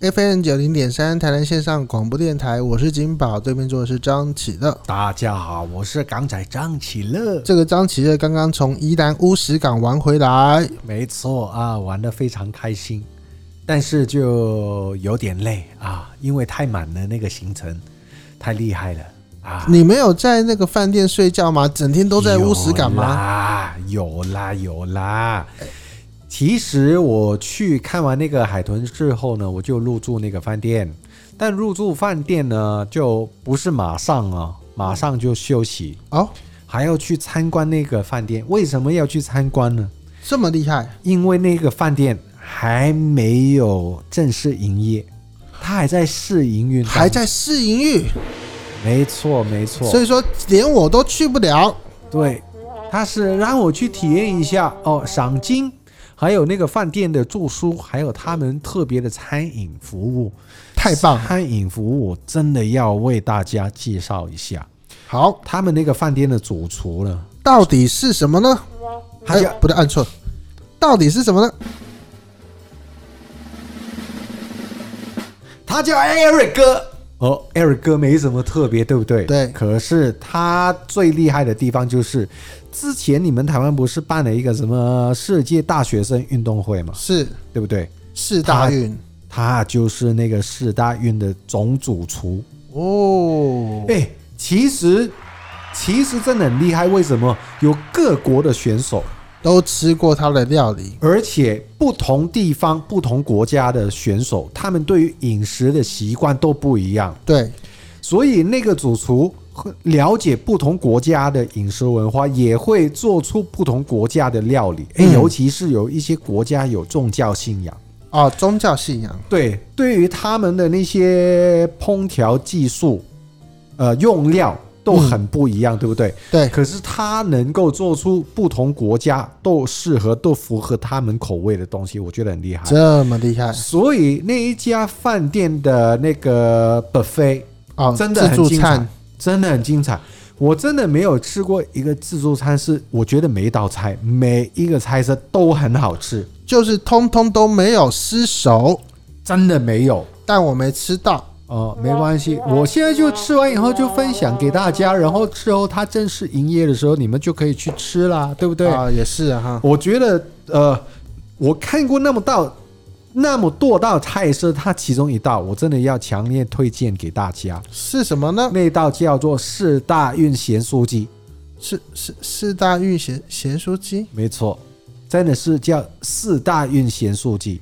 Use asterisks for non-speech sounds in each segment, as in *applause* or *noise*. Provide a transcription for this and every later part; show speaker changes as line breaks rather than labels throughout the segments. FM 九零点三台南线上广播电台，我是金宝，对面坐的是张启乐。
大家好，我是港仔张启乐。
这个张启乐刚刚从宜兰乌石港玩回来，
没错啊，玩的非常开心，但是就有点累啊，因为太满了那个行程，太厉害了啊。
你没有在那个饭店睡觉吗？整天都在乌石港
有啊
吗？
啦，有啦，有啦。其实我去看完那个海豚之后呢，我就入住那个饭店，但入住饭店呢，就不是马上啊，马上就休息，
哦，
还要去参观那个饭店。为什么要去参观呢？
这么厉害，
因为那个饭店还没有正式营业，它还在试营运当中，
还在试营运，
没错没错，
所以说连我都去不了。
对，它是让我去体验一下哦，赏金，还有那个饭店的住宿，还有他们特别的餐饮服务，
太棒了！
餐饮服务我真的要为大家介绍一下，
好，
他们那个饭店的主厨呢，
到底是什么呢？
他
哎
叫、，
不对，按错，到底是什么呢？
他叫 Eric 哥。哦，Eric 哥没什么特别，对不对？
对
可是他最厉害的地方就是，之前你们台湾不是办了一个什么世界大学生运动会嘛，
是
对不对？
是大运
他就是那个四大运的总主厨。
哦，
哎、其实其实真的很厉害，为什么？有各国的选手，
都吃过他的料理。
而且不同地方、不同国家的选手，他们对于饮食的习惯都不一样。
对，
所以那个主厨会了解不同国家的饮食文化，也会做出不同国家的料理。诶，
嗯
尤其是有一些国家有宗教信仰，
哦，宗教信仰
对，对于他们的那些烹调技术，呃，用料都很不一样，对不对？
对
可是他能够做出不同国家都适合、都符合他们口味的东西，我觉得很厉害。
这么厉害
所以那一家饭店的那个 buffet
哦，
真的
自
很
助
精彩
餐，
真的很精彩。我真的没有吃过一个自助餐是，我觉得每一道菜、每一个菜色都很好吃，
就是通通都没有失手，
真的没有。
但我没吃到。
哦，没关系，我现在就吃完以后就分享给大家，然后之后它正式营业的时候，你们就可以去吃啦，对不对？
啊、也是啊哈。
我觉得，呃，我看过那么道那么多道菜色，它其中一道我真的要强烈推荐给大家，
是什么呢？
那道叫做四大运咸酥鸡，
是是四大运咸咸酥鸡
没错，真的是叫四大运咸酥鸡，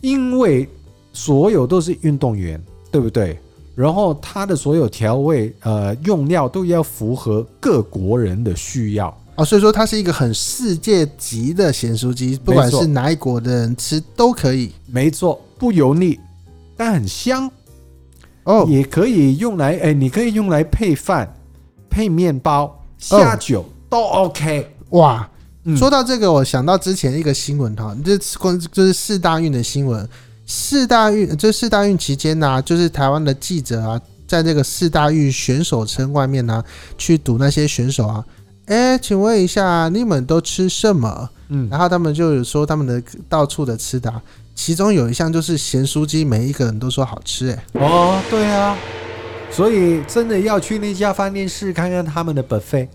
因为所有都是运动员，对不对？然后它的所有调味呃用料都要符合各国人的需要，
哦，所以说它是一个很世界级的咸酥鸡，不管
没错
是哪一国的人吃都可以
没错，不油腻，但很香，
哦。
也可以用来哎，你可以用来配饭、配面包、下酒、都 OK。
哇，
嗯
说到这个，我想到之前一个新闻哈，这关就是四大运的新闻。四大运这四大运期间呢、就是台湾的记者啊，在这个四大运选手村外面呢、去堵那些选手啊。哎，请问一下，你们都吃什么？
嗯，
然后他们就有说他们的到处的吃的啊、其中有一项就是咸酥鸡，每一个人都说好吃、哎，
哦，对啊，所以真的要去那家饭店试看看他们的 buffet，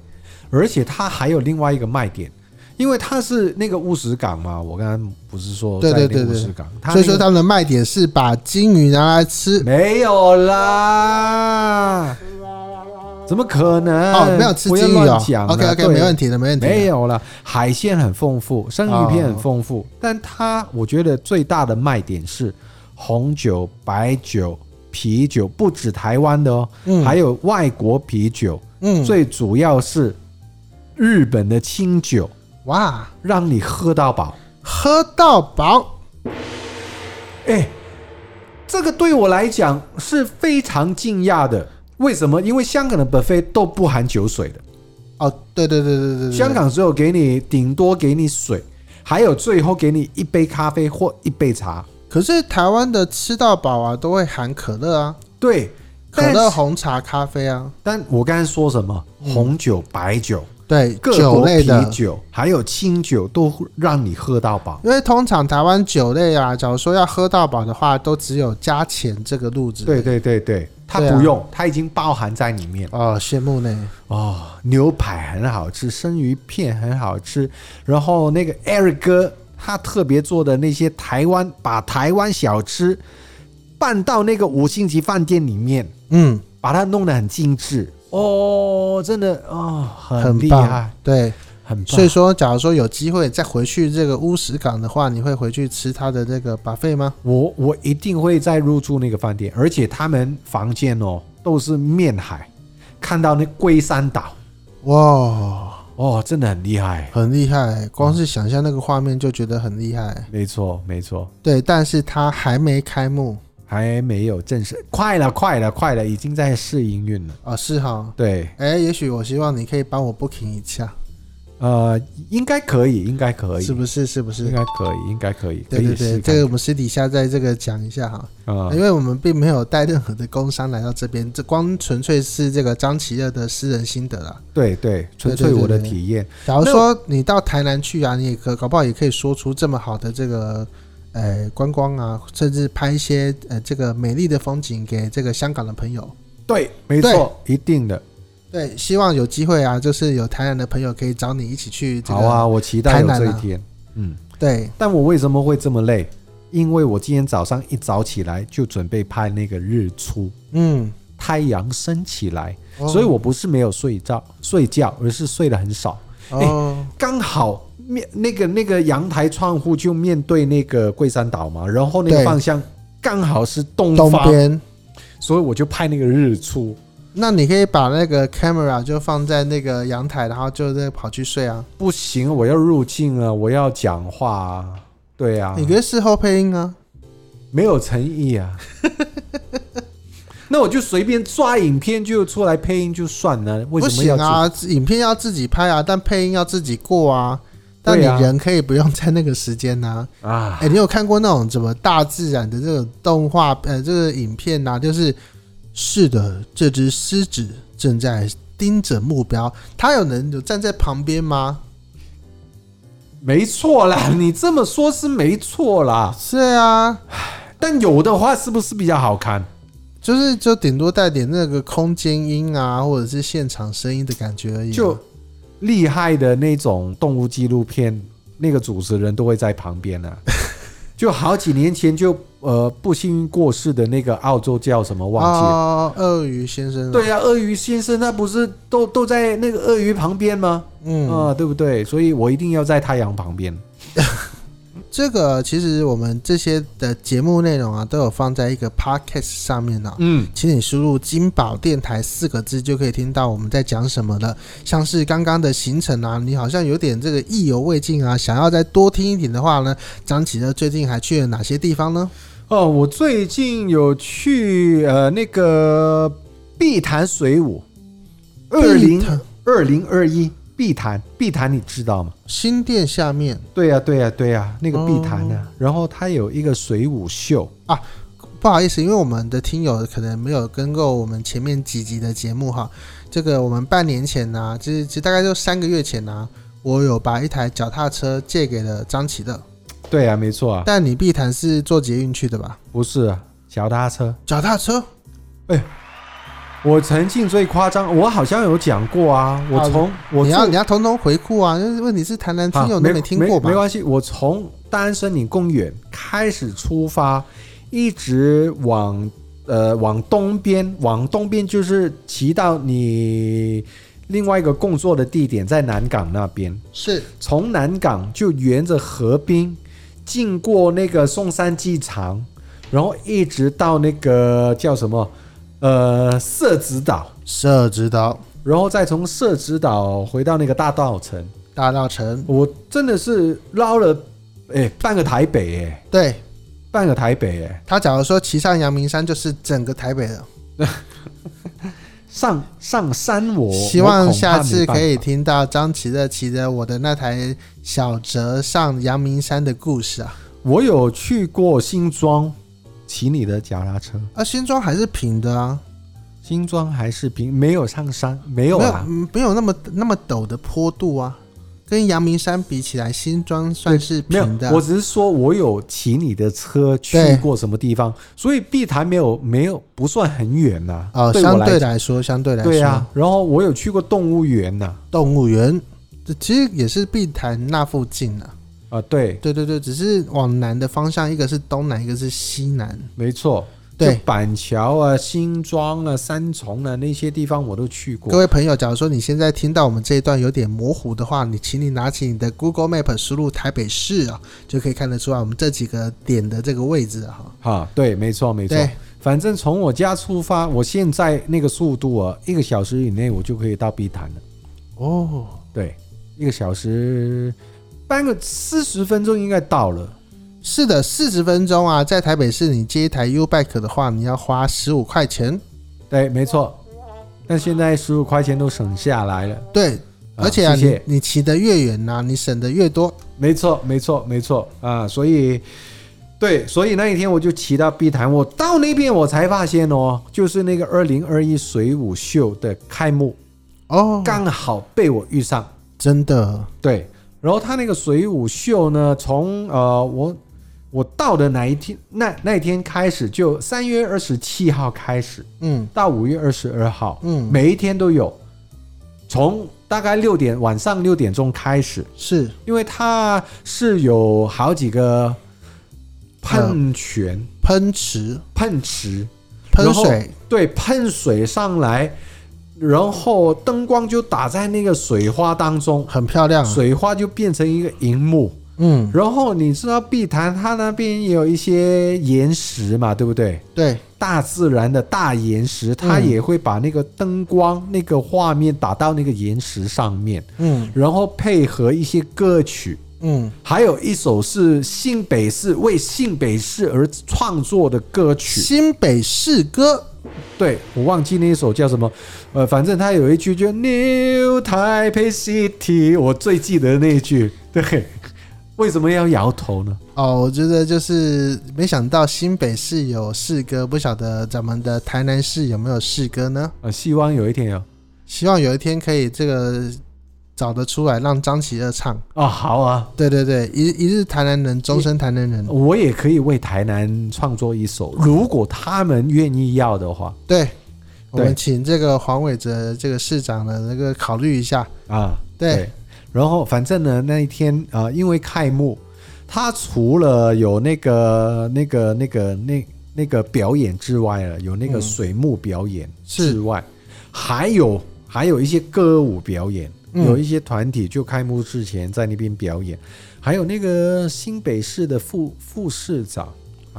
而且它还有另外一个卖点，因为它是那个乌石港嘛，我刚刚不是说
对
在那
对
个
对
乌
对
石港，它
所以说
那
他们的卖点是把金鱼拿来吃
个。没有啦，怎么可能？
哦，没有吃
不要
金鱼
乱
哦
讲。啊
OK OK，没问题的，没问题的。啊
没有了，海鲜很丰富，生鱼片很丰富，
啊
但它我觉得最大的卖点是红酒、白酒、啤酒，不止台湾的哦，
嗯
还有外国啤酒，
嗯，
最主要是日本的清酒，
哇，
让你喝到饱。
喝到饱，
哎，这个对我来讲是非常惊讶的。为什么？因为香港的 buffet 都不含酒水的，
哦，对对对对对对，对
香港只有给你顶多给你水，还有最后给你一杯咖啡或一杯茶。
可是台湾的吃到饱啊，都会含可乐啊，
对，
可
但
乐、
是
红茶、咖啡啊，
但我刚才说什么？红酒、白酒，
对
各
酒
国
类的
啤酒还有清酒都让你喝到饱。
因为通常台湾酒类啊，假如说要喝到饱的话，都只有加钱这个路子。
对，对对对，它
对啊
不用，它已经包含在里面了。
哦，羡慕呢。
哦，牛排很好吃，生鱼片很好吃，然后那个 Eric 哥他特别做的那些台湾，把台湾小吃办到那个五星级饭店里面，
嗯，
把它弄得很精致。哦，真的哦，很
很
厉
棒
害，。
对，
很棒。
所以说，假如说有机会再回去这个乌石港的话，你会回去吃它的这个 buffet 吗？
我我一定会再入住那个饭店，而且他们房间哦都是面海，看到那龟山岛，
哇，
哦，真的很厉害。
很厉害！光是想象那个画面就觉得很厉害。
没错，没错。
对，但是它还没开幕
还没有正式，快了，快了，快了，已经在试营运了。
啊、是哈。
对，
哎、也许我希望你可以帮我 booking 一下，
呃，应该可以，应该可以，
是不是？是不
应
是？
该可以，应该可以，
对对
可以
对，
试
这个我们私底下在这个讲一下哈。
看啊、
因为我们并没有带任何的工商来到这边，这光纯粹是这个张奇乐的私人心得啦。
对对，纯粹
对对
我的
对
体验。
假如说你到台南去啊，你也可搞不好也可以说出这么好的这个呃观光啊，甚至拍一些呃这个美丽的风景给这个香港的朋友。
对，没错，一定的。
对，希望有机会啊，就是有台南的朋友可以找你一起去这个。
好啊，我期待有
台南
这一
啊
天。嗯，
对，
但我为什么会这么累？因为我今天早上一早起来就准备拍那个日出，
嗯，
太阳升起来，
哦
所以我不是没有睡觉睡觉，而是睡得很少。
哦，
刚好面那个那个阳台窗户就面对那个桂山岛嘛，然后那个
对
方向刚好是东
东
方，
边。
所以我就拍那个日出。
那你可以把那个 camera 就放在那个阳台，然后就在跑去睡啊。
不行，我要入境啊，我要讲话啊，对啊
你，可以事后配音啊。
没有诚意啊。那我就随便抓影片就出来配音就算了，为
不
什么
行
要做？
啊，影片要自己拍啊，但配音要自己过啊。但你
对啊
人可以不用在那个时间呐、
啊
哎、你有看过那种怎么大自然的这种动画呃这个影片呐、就是是的，这只狮子正在盯着目标，它有能有站在旁边吗？
没错啦，你这么说是没错啦，
是啊，
但有的话是不是比较好看？
就是就顶多带点那个空间音啊，或者是现场声音的感觉而已啊、
就厉害的那种动物纪录片，那个主持人都会在旁
*laughs*
边啊。就好几年前就呃不幸过世的那个澳洲叫什么忘记了？
哦，鳄鱼先生、，
对呀、啊鳄鱼先生他不是都都在那个鳄鱼旁边吗？啊、
嗯，
对不对？所以我一定要在太阳旁边。
这个其实我们这些的节目内容啊，都有放在一个 podcast 上面呢、
嗯，
请你输入“金宝电台”四个字，就可以听到我们在讲什么了。像是刚刚的行程啊，你好像有点这个意犹未尽啊，想要再多听一点的话呢，张启乐最近还去了哪些地方呢？
哦，我最近有去呃那个碧潭水舞，二零
碧潭
二零二一碧潭，碧潭你知道吗？
新店下面
对呀、对呀、对呀、那个碧潭呢、啊
哦
然后它有一个水舞秀，
不好意思，因为我们的听友可能没有跟够我们前面几集的节目哈。这个我们半年前呢、其实其实大概就三个月前呢、我有把一台脚踏车借给了张启乐。
对啊，没错啊，
但你必谈是坐捷运去的吧？
不是啊，脚踏车。
脚踏车
我曾经最夸张，我好像有讲过啊，我从我
你要
住
你要统统回顾啊！就是问题是台南听
啊
友
没
都没听过吧
没？关系，我从丹森林公园开始出发，一直往呃往东边，往东边就是骑到你另外一个工作的地点，在南港那边。
是
从南港就沿着河滨，经过那个松山机场，然后一直到那个叫什么呃社子岛，
社指导
然后再从社子岛回到那个大道城。
大道城，
我真的是绕了哎、半个台北哎、
对
半个台北哎、
他假如说骑上阳明山，就是整个台北了。
上上山我
希望下次可。
我
以
恐怕没办法
听到张琪的骑着我的那台小折上阳明山的故事啊！
我有去过新庄，骑你的脚踏车。
啊，新庄还是平的啊，
新庄还是平，没有上山，没
没
有啊
有
啦，
嗯没有那么那么陡的坡度啊，跟阳明山比起来，新庄算是
没有
平的啊、
我只是说我有骑你的车去
对
过什么地方，所以碧潭没有没有不算很远呐、
哦，
我
相
来
对
讲
来说，相对来说，
对啊呀、然后我有去过动物园呐、
动物园这其实也是碧潭那附近啊。
啊、对，
对对对，只是往南的方向，一个是东南，一个是西南。
没错，
对
就板桥啊、新庄啊、三重啊那些地方我都去过
各。位朋友，假如说你现在听到我们这一段有点模糊的话，你请你拿起你的 Google Map 输入台北市啊，就可以看得出来我们这几个点的这个位置啊哈。
哈，对，没错，没错
对。
反正从我家出发，我现在那个速度啊，一个小时以内我就可以到碧潭了。
哦，
对，一个小时半个四十分钟应该到了。
是的，四十分钟啊，在台北市你接一台 U Bike 的话，你要花十五块钱。
对，没错。但现在十五块钱都省下来了。
对，
啊
而且啊，
谢谢
你你骑得越远呐、你省的越多。
没错，没错，没错啊！所以，对，所以那一天我就骑到碧潭，我到那边我才发现哦，就是那个二零二一水舞秀的开幕，
哦，
刚好被我遇上。
真的，
对，然后他那个水舞秀呢，从呃我我到的哪一天那那一天开始，就三月二十七号开始
嗯
到五月二十二号，
嗯，
每一天都有，从大概六点晚上六点钟开始，
是
因为它是有好几个喷泉、
喷池、
喷池，
喷
然后
水，
对，喷水上来，然后灯光就打在那个水花当中，
很漂亮啊。
水花就变成一个荧幕。
嗯，
然后你知道碧潭它那边也有一些岩石嘛，对不对？
对，
大自然的大岩石，它
嗯
也会把那个灯光、那个画面打到那个岩石上面，
嗯
然后配合一些歌曲，
嗯，
还有一首是新北市为新北市而创作的歌曲，
新北市歌。
对我忘记那一首叫什么，呃，反正它有一句就 New Taipei City，我最记得那一句。对，为什么要摇头呢？
哦，我觉得就是没想到新北市有市歌，不晓得咱们的台南市有没有市歌呢？
呃，希望有一天有
希望有一天可以这个找得出来，让张琪儿唱。
哦，好啊，
对对对，一一日台南人，终身台南人。
我也可以为台南创作一首，如果他们愿意要的话
对，我们请这个黄伟哲这个市长呢，那个考虑一下。
啊。
对，
然后反正呢那一天啊、呃因为开幕，他除了有那个那个那个那那个表演之外了，有那个
嗯
水幕表演
是
之外，还有还有一些歌舞表演。
嗯
有一些团体就开幕之前在那边表演，还有那个新北市的副副市长，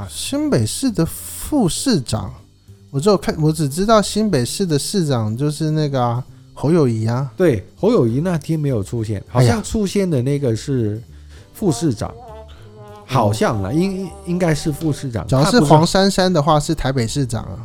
新北市的副市长，我只有看，我只知道新北市的市长就是那个啊、侯友谊啊。
对，侯友谊那天没有出现，好
哎呀
像出现的那个是副市长，好像了，应应应该是副市长。
只要
他
是
不
黄珊珊的话，是台北市长啊。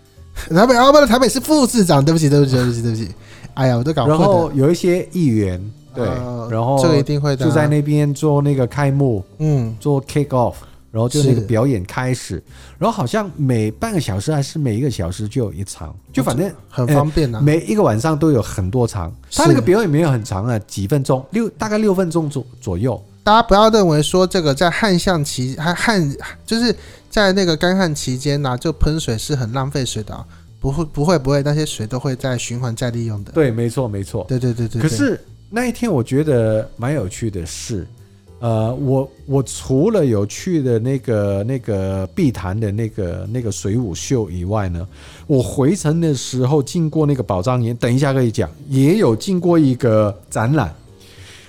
*laughs* 台北啊，不是台北市副市长，对不起，对不起，对不起，对不起。哎呀，我都搞
然
混
后
了。
有一些议员，对，
呃
然后
这个一定会的啊、
就在那边做那个开幕，
嗯，
做 kick off，然后就那个
是
表演开始，然后好像每半个小时还是每一个小时就有一场，就反正
很方便啊。
每一个晚上都有很多场。他
是
那个表演没有很长啊，几分钟，六大概六分钟左左右。
大家不要认为说这个在旱象期还旱就是在那个干旱期间呐、就喷水是很浪费水的、啊，不会不会不会，那些水都会在循环再利用的。
对，没错，没错。
对对对对。
可
对
是那一天我觉得蛮有趣的是，呃，我我除了有去的那个那个碧潭的那个那个水舞秀以外呢，我回程的时候经过那个宝藏岩，等一下可以讲，也有经过一个展览，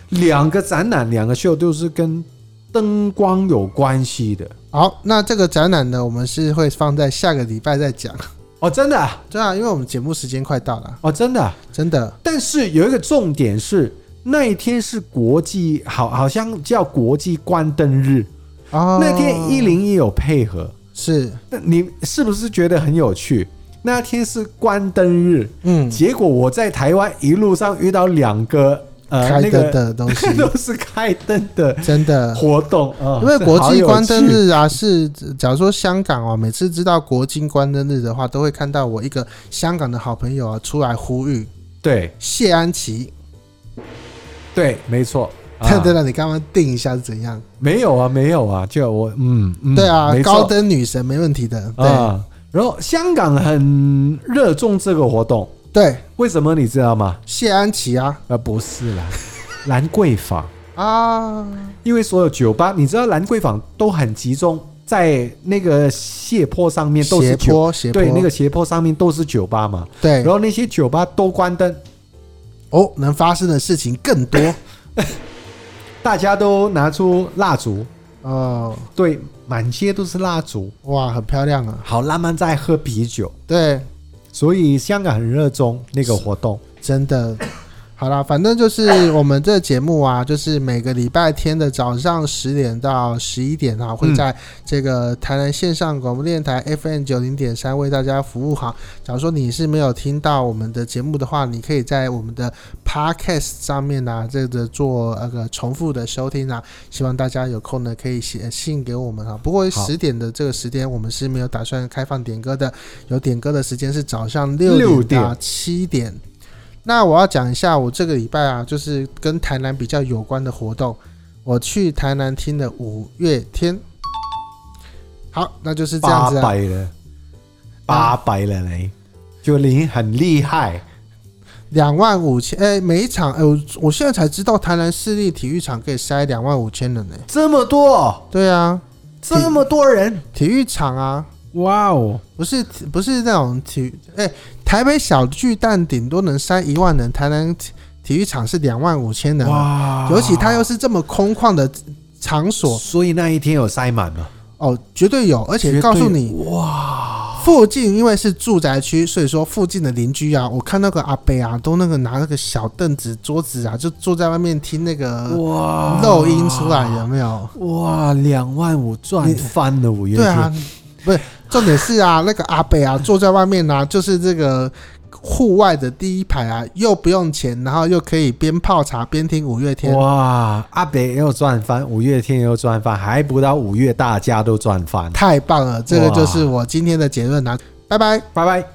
两个展览两个秀都是跟灯光有关系的
好，那这个展览呢，我们是会放在下个礼拜再讲。
哦，真的啊
对啊，因为我们节目时间快到了，
哦，真的啊、
真的。
但是有一个重点是。那一天是国际，好好像叫国际关灯日，
哦，
那天一零一有配合，
是
那你是不是觉得很有趣？那天是关灯日，
嗯
结果我在台湾一路上遇到两个呃
开
那
灯
个
的东西，
*laughs* 都是开灯的
真的。
活动啊，
因为国
好
际
有
关灯
趣
日啊，是假如说香港哦，每次知道国际关灯日的话，都会看到我一个香港的好朋友啊出来呼吁
对
谢安琪。
对，没错。
对 *laughs* 对了，
啊，
你刚刚定一下是怎样？
没有啊，没有啊，就我嗯嗯，
对啊
没，错
高登女神没问题的。对
啊。然后香港很热衷这个活动，
对，
为什么你知道吗？
谢安琪啊
呃，不是
*laughs*
啦，兰桂坊，
啊，
因为所有酒吧，你知道兰桂坊都很集中在那个斜坡上面，都
斜
是酒，
坡斜坡
对，那个斜坡上面都是酒吧嘛。
对
然后那些酒吧都关灯，
哦，能发生的事情更多
大家都拿出蜡烛，
哦，
对，满街都是蜡烛，
哇，很漂亮啊！
好浪漫，在喝啤酒。
对，
所以香港很热衷那个活动。
真的。好啦，反正就是我们这节目啊，就是每个礼拜天的早上十点到十一点啊，会在这个台南线上广播电台 FM 九零点三为大家服务好。假如说你是没有听到我们的节目的话，你可以在我们的 Podcast 上面呢、啊，这个做那个重复的收听啊。希望大家有空呢可以写信给我们啊。不过
好
十点的这个时间，我们是没有打算开放点歌的，有点歌的时间是早上
六
六
点
点到七点。那我要讲一下，我这个礼拜啊，就是跟台南比较有关的活动，我去台南听了五月天。好，那就是这样
八
子啊。
百了，八百了嘞，就你很厉害，
两万五千，哎，每一场，哎，我我现在才知道台南市立体育场可以塞两万五千人呢、
这么多，
对啊，
这么多人，
体育场啊，
哇哦！
不是不是那种体育，哎，台北小巨蛋顶多能塞一万人，台南体体育场是两万五千人啊，
哇
尤其它又是这么空旷的场所，
所以那一天有塞满了，
哦，绝对有，而
绝对
且告诉你，
哇，
附近因为是住宅区，所以说附近的邻居啊，我看那个阿伯啊，都那个拿那个小凳子、桌子啊，就坐在外面听那个
哇，
漏音出来，有没有？
哇，两万五赚翻了五月
对
天，
啊，不是，重点是啊，那个阿伯啊，坐在外面啊，就是这个户外的第一排啊，又不用钱，然后又可以边泡茶边听五月天。
哇，阿北又赚翻，五月天又赚翻，还不到五月大家都赚翻，
太棒了，这个
哇
就是我今天的结论啊，拜拜。
拜拜。